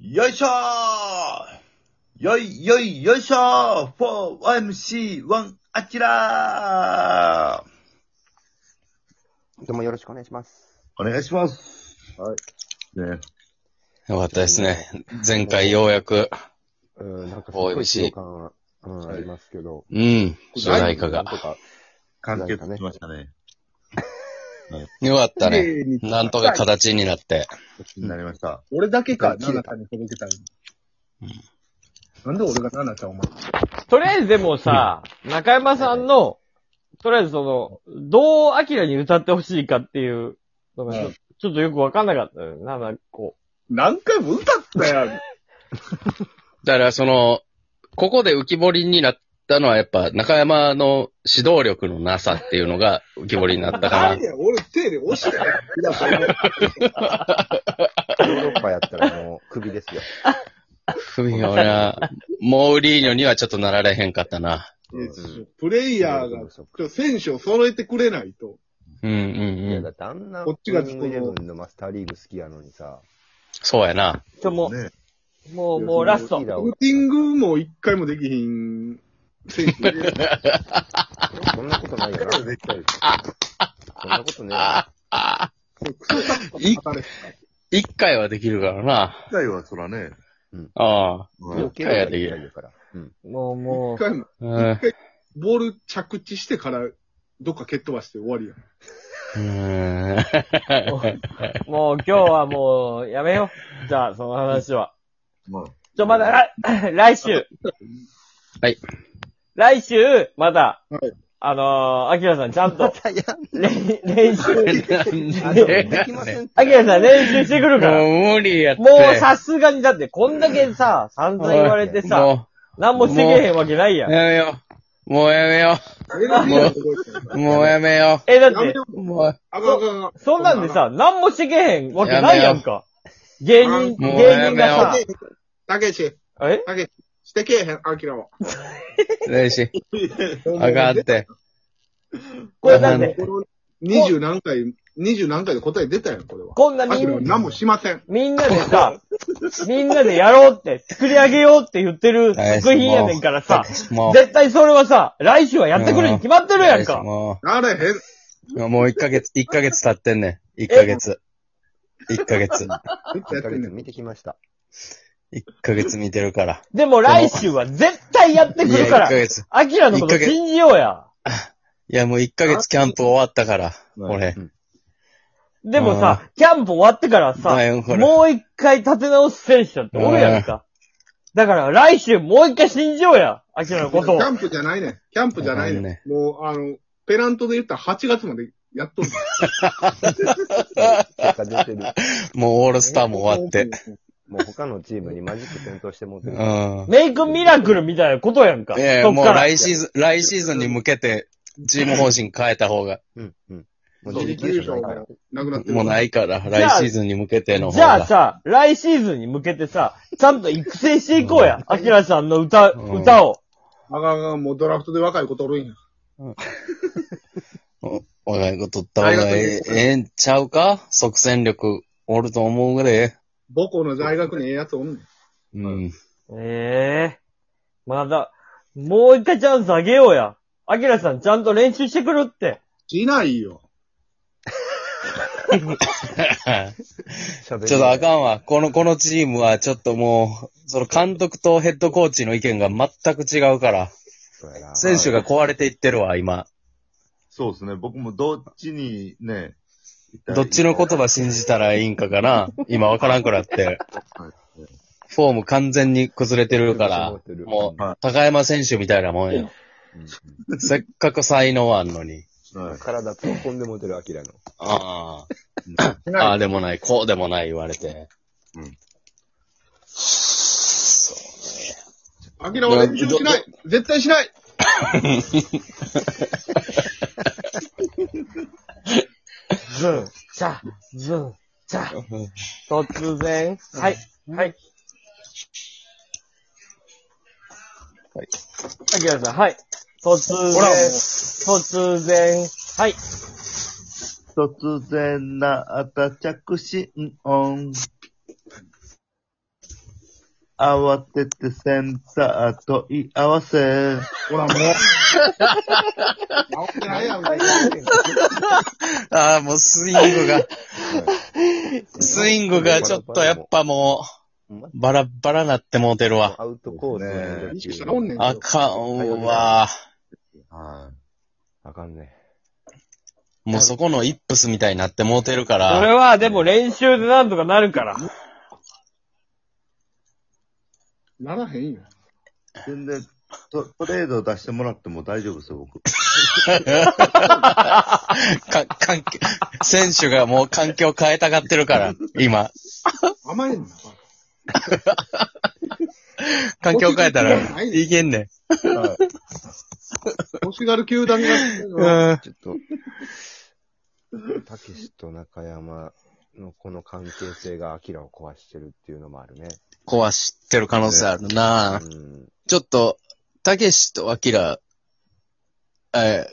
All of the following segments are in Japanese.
よいしょーよいよいよいしょー !4MC1 アキラーどうもよろしくお願いします。お願いします。。はいね。よかったですね。前回ようやく、うん、なんかすおいごい美味しい強感は、うん、はいありますけど。うん、主題歌なんが。とか完結しましたね。よかったね。綺麗になんとか形になって。になりました。俺だけか、切ナれナたちゃんに届けたいの。なんで俺がナナちゃんお前。とりあえずでもさ、中山さんの、とりあえずその、どうアキラに歌ってほしいかっていうのがちょ,、うんちょっとよくわかんなかったよね。なんかこ何回も歌ったやん。だからその、ここで浮き彫りになったのはやっぱ中山の指導力のなさっていうのが浮き彫りになったか 何や、俺手で押してやだからヨーロッパやったらもう首です よ。ら。ふみ俺は、モーリーニョにはちょっとなられへんかったな。いやちょっとプレイヤーが、ちょ選手を揃えてくれないと。うんうんいうや、だん。ってあんな、こっちがウイニングイレブンのマスターリーグ好きやのにさ。そうやな。う、ちょ、もう、ね。もう、もうラストリー。ダーウをーティングも一回もできひん選手で。そんなことないよな。そんなことねえよ。クソサッカー叩かれ一回はできるからな。次回はそらね。ああ。うん余計なことないですから。うん。もう、も一回も、 うん。ボール着地してから、どっか蹴っ飛ばして終わりやん。うん。う、もう今日はもう、やめよう。じゃあ、その話は。まあ、ちょ、まだ、来来週。はい。来週、まだ、はいあのー、アキラさんちゃんと、たや練練習、 なんでもでできません。アキラさん練習してくるから。もう無理やって。もうさすがにだって、こんだけさ、散々言われてさ、も何もしてけへんわけないや。うんやめよう。もうやめよえらいやん動いてるう。もうやめよえ、だっやめて、ようう。もう、あかんあかんあかん。そんなんでさ、何もしてけへんわけないやんか。芸やめよ人、うもう芸人がさ、たけし、えたけし、してけえへん、アキラは。嬉しい。あかんって。これだっなんて、二十何回、二十何回で答え出たやん、これは。こんなアみキラは ん、何もしません。みんなでさ、みんなでやろうって、作り上げようって言ってる作品やねんからさ、もう。絶対それはさ、来週はやってくれに決まってるやんか。もなれへん。う、もう1ヶ月、一ヶ月経ってんねん。1ヶ月。1ヶ月。ずっとや1ってヶんね月ん。見てきました。 1ヶ月見てるから。でも来週は絶対やっていくや、る1かヶら、月。アキラのこと信じようや。いや、もう1ヶ月キャンプ終わったから。俺。でもさ、キャンプ終わってからさだよこ、れもう一回立て直す選手だっておるやんか。だから来週もう一回信じようや、アキラのキことを。ャンプじゃないねん。キャンプじゃないあかんねねん。もう、あの、ペナントで言ったら8月までやっとる。結果出てる。もうオールスターも終わって。。もう他のチームにマジック転倒してもうてうる。ん。メイクミラクルみたいなことやんか。いやいそや、っもうから。来シーズン、来シーズンに向けて、チーム方針変えた方が、うん。うん。もう自自力力優優勝ないか勝らが。なくなってる。。もうないいから、じゃあ来シーズンに向けての方じゃが。あさ、来シーズンに向けてさ、ちゃんと育成していこうや。アキラさんの歌、うん歌を。あかんあかん、もうドラフトで若い子とおるんや。若い子取った方がええええんちゃうか即戦力おると思うぐらい。母校の大学にええやつおんねん。うん。ええまだ、もう一回チャンスあげようや。アキラさんちゃんと練習してくるって。しないよ。ちょっ ちょっとあかんわ。この、このチームはちょっともう、その監督とヘッドコーチの意見が全く違うから、選手が壊れていってるわ、今。そうですね。僕もどっちにね、どっちの言葉信じたらいいんかかな今わからんくなって。フォーム完全に崩れてるから、もう、高山選手みたいなもんよ。うん、せっかく才能あんのに。はい体突っ込んでもてる、アキラの。あしあ、あない。あでもない、こうでもない言われて。うん。そうね。アキラは練習しない。絶対しない。ズン、チャ、ズン、チャ。突然。はい。はい。はい。あきらさん、はい。突然。ほらもう突然。はい。突然なった着信音。慌ててセンターと言い合わせ。ほら、もう。直ってないやろ。ああ、もうスイングが、 スイングがちょっとやっぱもう、バラバラなってもうてるわ。アウトコースの意識したらおんねんあかんわ。はい。あかんね。もうそこのイップスみたいになってもうてるかそれら、は、でも練習でなんとかなるから。ならへんよ。全然、トトレード出してもらっても大丈夫ですよ、僕。か、環境、選手がもう環境変えたがってるから、今。甘えんな。環境変えたら、いけんねん。欲しがる 球団がやってるのはうん。ちょっと、たけしと中山のこの関係性がアキラを壊してるっていうのもあるね。壊してる可能性ある な、うん。ちょっと、たけしとあきら、え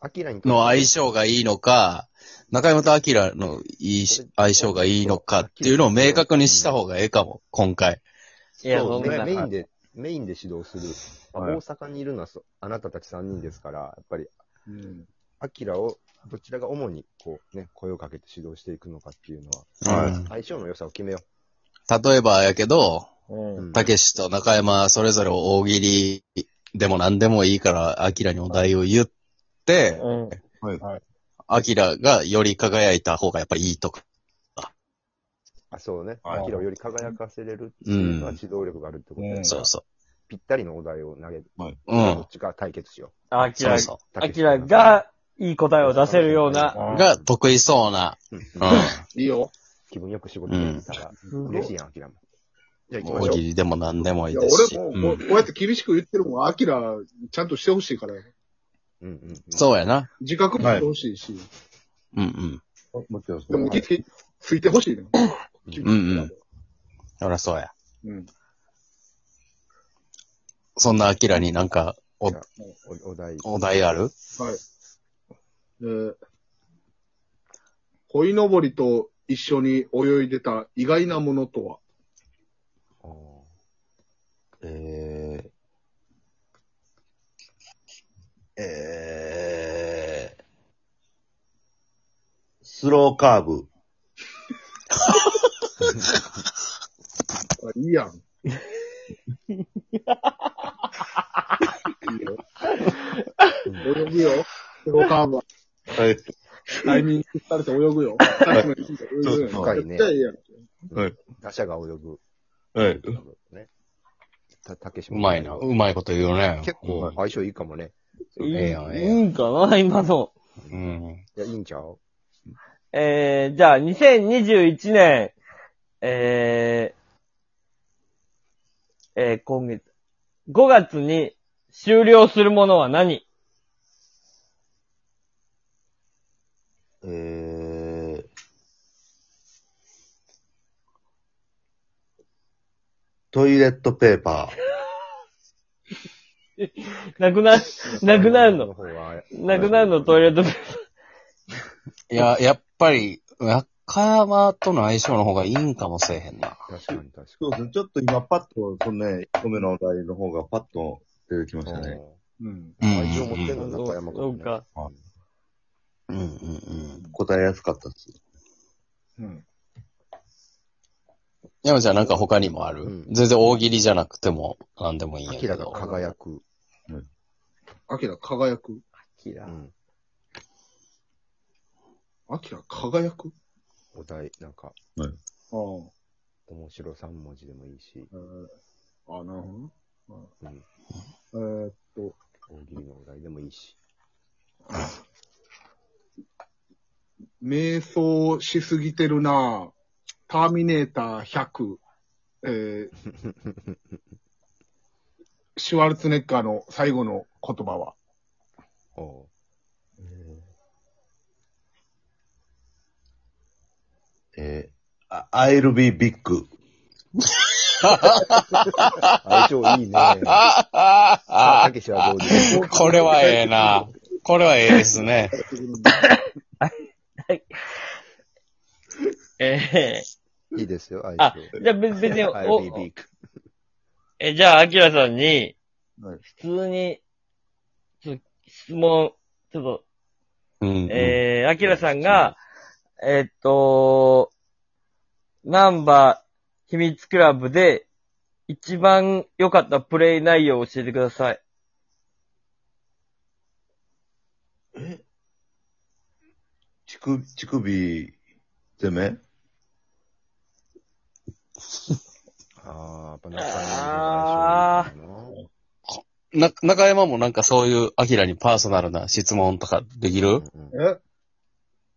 アキラにとっーての相性がいいのか、中山とあきらのいいし相性がいいのかっていうのを明確にした方がええかも、今回。いやそうそんなメインで、メインで指導する。はい大阪にいるのはそあなたたち3人ですから、やっぱり、うんアキラを、どちらが主に、こう、ね、声をかけて指導していくのかっていうのは、はいうん相性の良さを決めよ例えばやけど、う。うんたけしと中山それぞれを大喜利でも何でもいいから、あきらにお題を言って、うん。あきらがより輝いた方がやっぱいいとか。あ、そうね。はいアキラをより輝かせれるっていうのはうん指導力があるってことで、うんそうそぴったりのお題を投げる。う。うどんっ。ちか対決しよアキそラう、そたけアしキラがいい答えを出せるような、う。が得意そうな。う。うんうん。いいよ。気分よく仕事できたら、嬉しいやん、アキラも。じゃあ行きま大しょ喜利でも何でもいいいや、ですし。俺もうこんう、こうやって厳しく言ってるもん、アキラ、ちゃんとしてほしいから、う。うんうんうん。そうやな。自覚もしてほしいし、うんうん。もちろんでも、きついてほしいね。うんうん。そらそうや。うん。そんなアキラになんか、お、おお題。お題あるはい。えー、鯉のぼりと一緒に泳いでた意外なものとはあーええ。ええ。スローカーブ。あいいやん。 いいよ。泳ぐよ。スローカーブは。はい。タイミングされて泳ぐよ。最後まで泳ぐよ深いね絶対いいやん。打者が泳ぐ。はい。ね。た、たけしうもまいな。うまいこと言うね。結構相性いいかもね。ええやん、えいえやん。いんかな今の。うん。いや、いいんちゃうえー、じゃあ、2021年、えー、えー、今月、5月に終了するものは何えー、トイレットペーパ なくな、なくなるの。方はなくなるのトイレットペーいや、やっぱり、中山との相性の方がいいんかもしれへんな。確かに確ー。そうですね。ちょっと今パッと、そのね、1個目のお題の方がパッと出てきましたかに。ね。うん。うん。相性持ってんのパ中ー。山そ君うね。か。うんうんうん。答えやすかったです。うん。山ちゃんなんか他にもある、うん全然大喜利じゃなくても何でもいいんアやキけラがど。輝く。アキラ輝く。キラうんアキラ輝くお題、なんか、ああ。面白三文字でもいいし、えー、あ、なるほど。ううんん、えーっと、大喜利のお題でもいいし。瞑想しすぎてるなぁターミネーター100、えー シュワルツェネッガーの最後の言葉は、おうえー、あ I'll be big. 相性いいね。ああああたけしはどうですか これはええな。これはええですね。えいいですよ、相あ性。ー、じゃあ別別に、 I'll be お、 big. え、じゃあ、アキラさんに、はい普通に、ちょっと質問、ちょっと、うん。えー、アキラさんが、えーっと、ナンバー秘密クラブで、一番良かったプレイ内容を教えてください。乳首、乳首、攻め ああ、やっぱ中身の話な、中山もなんかそういう、アキラにパーソナルな質問とかできるうんえ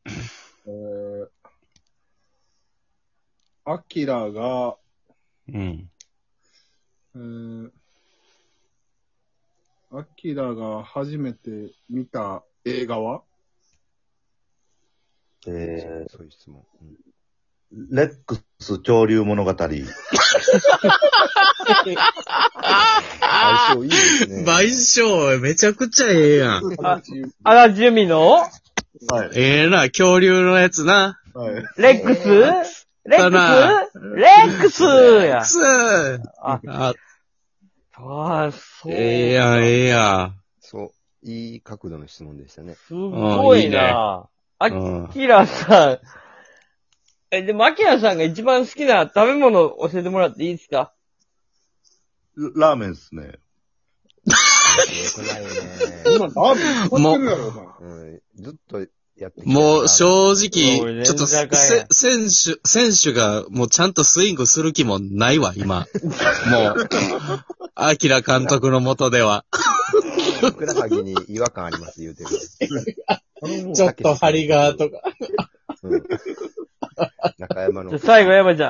えー、アキラが、うん。えー、アキラが初めて見た映画はえそういう質問。うんー、レックス潮流物語。相性いいです ね。償、めちゃくちゃええやん。あアラジュミのはい。ええな、恐竜のやつな。はい。レックス、レだなックスレックスや。つーあ、あ、あそう。ええやん、ええやそう、いい角度の質問でしたね。すごいな。アん。うん。キラさん。え、でもアキラさんが一番好きな食べ物を教えてもらっていいですかラーメンっすね。よくないね。今、ラーメン買ってるやろ、お前。うん、ずっとやってきたもう、正おい直、ちょ連っと、せ打かい選手、選手が、もうちゃんとスイングする気もないわ、今。も う、アキラ監督のもとでは。ふくらはぎに違和感あります、言うてる。 ちょっと張りが、とか。うん。中山のじゃあ最後山ちゃん。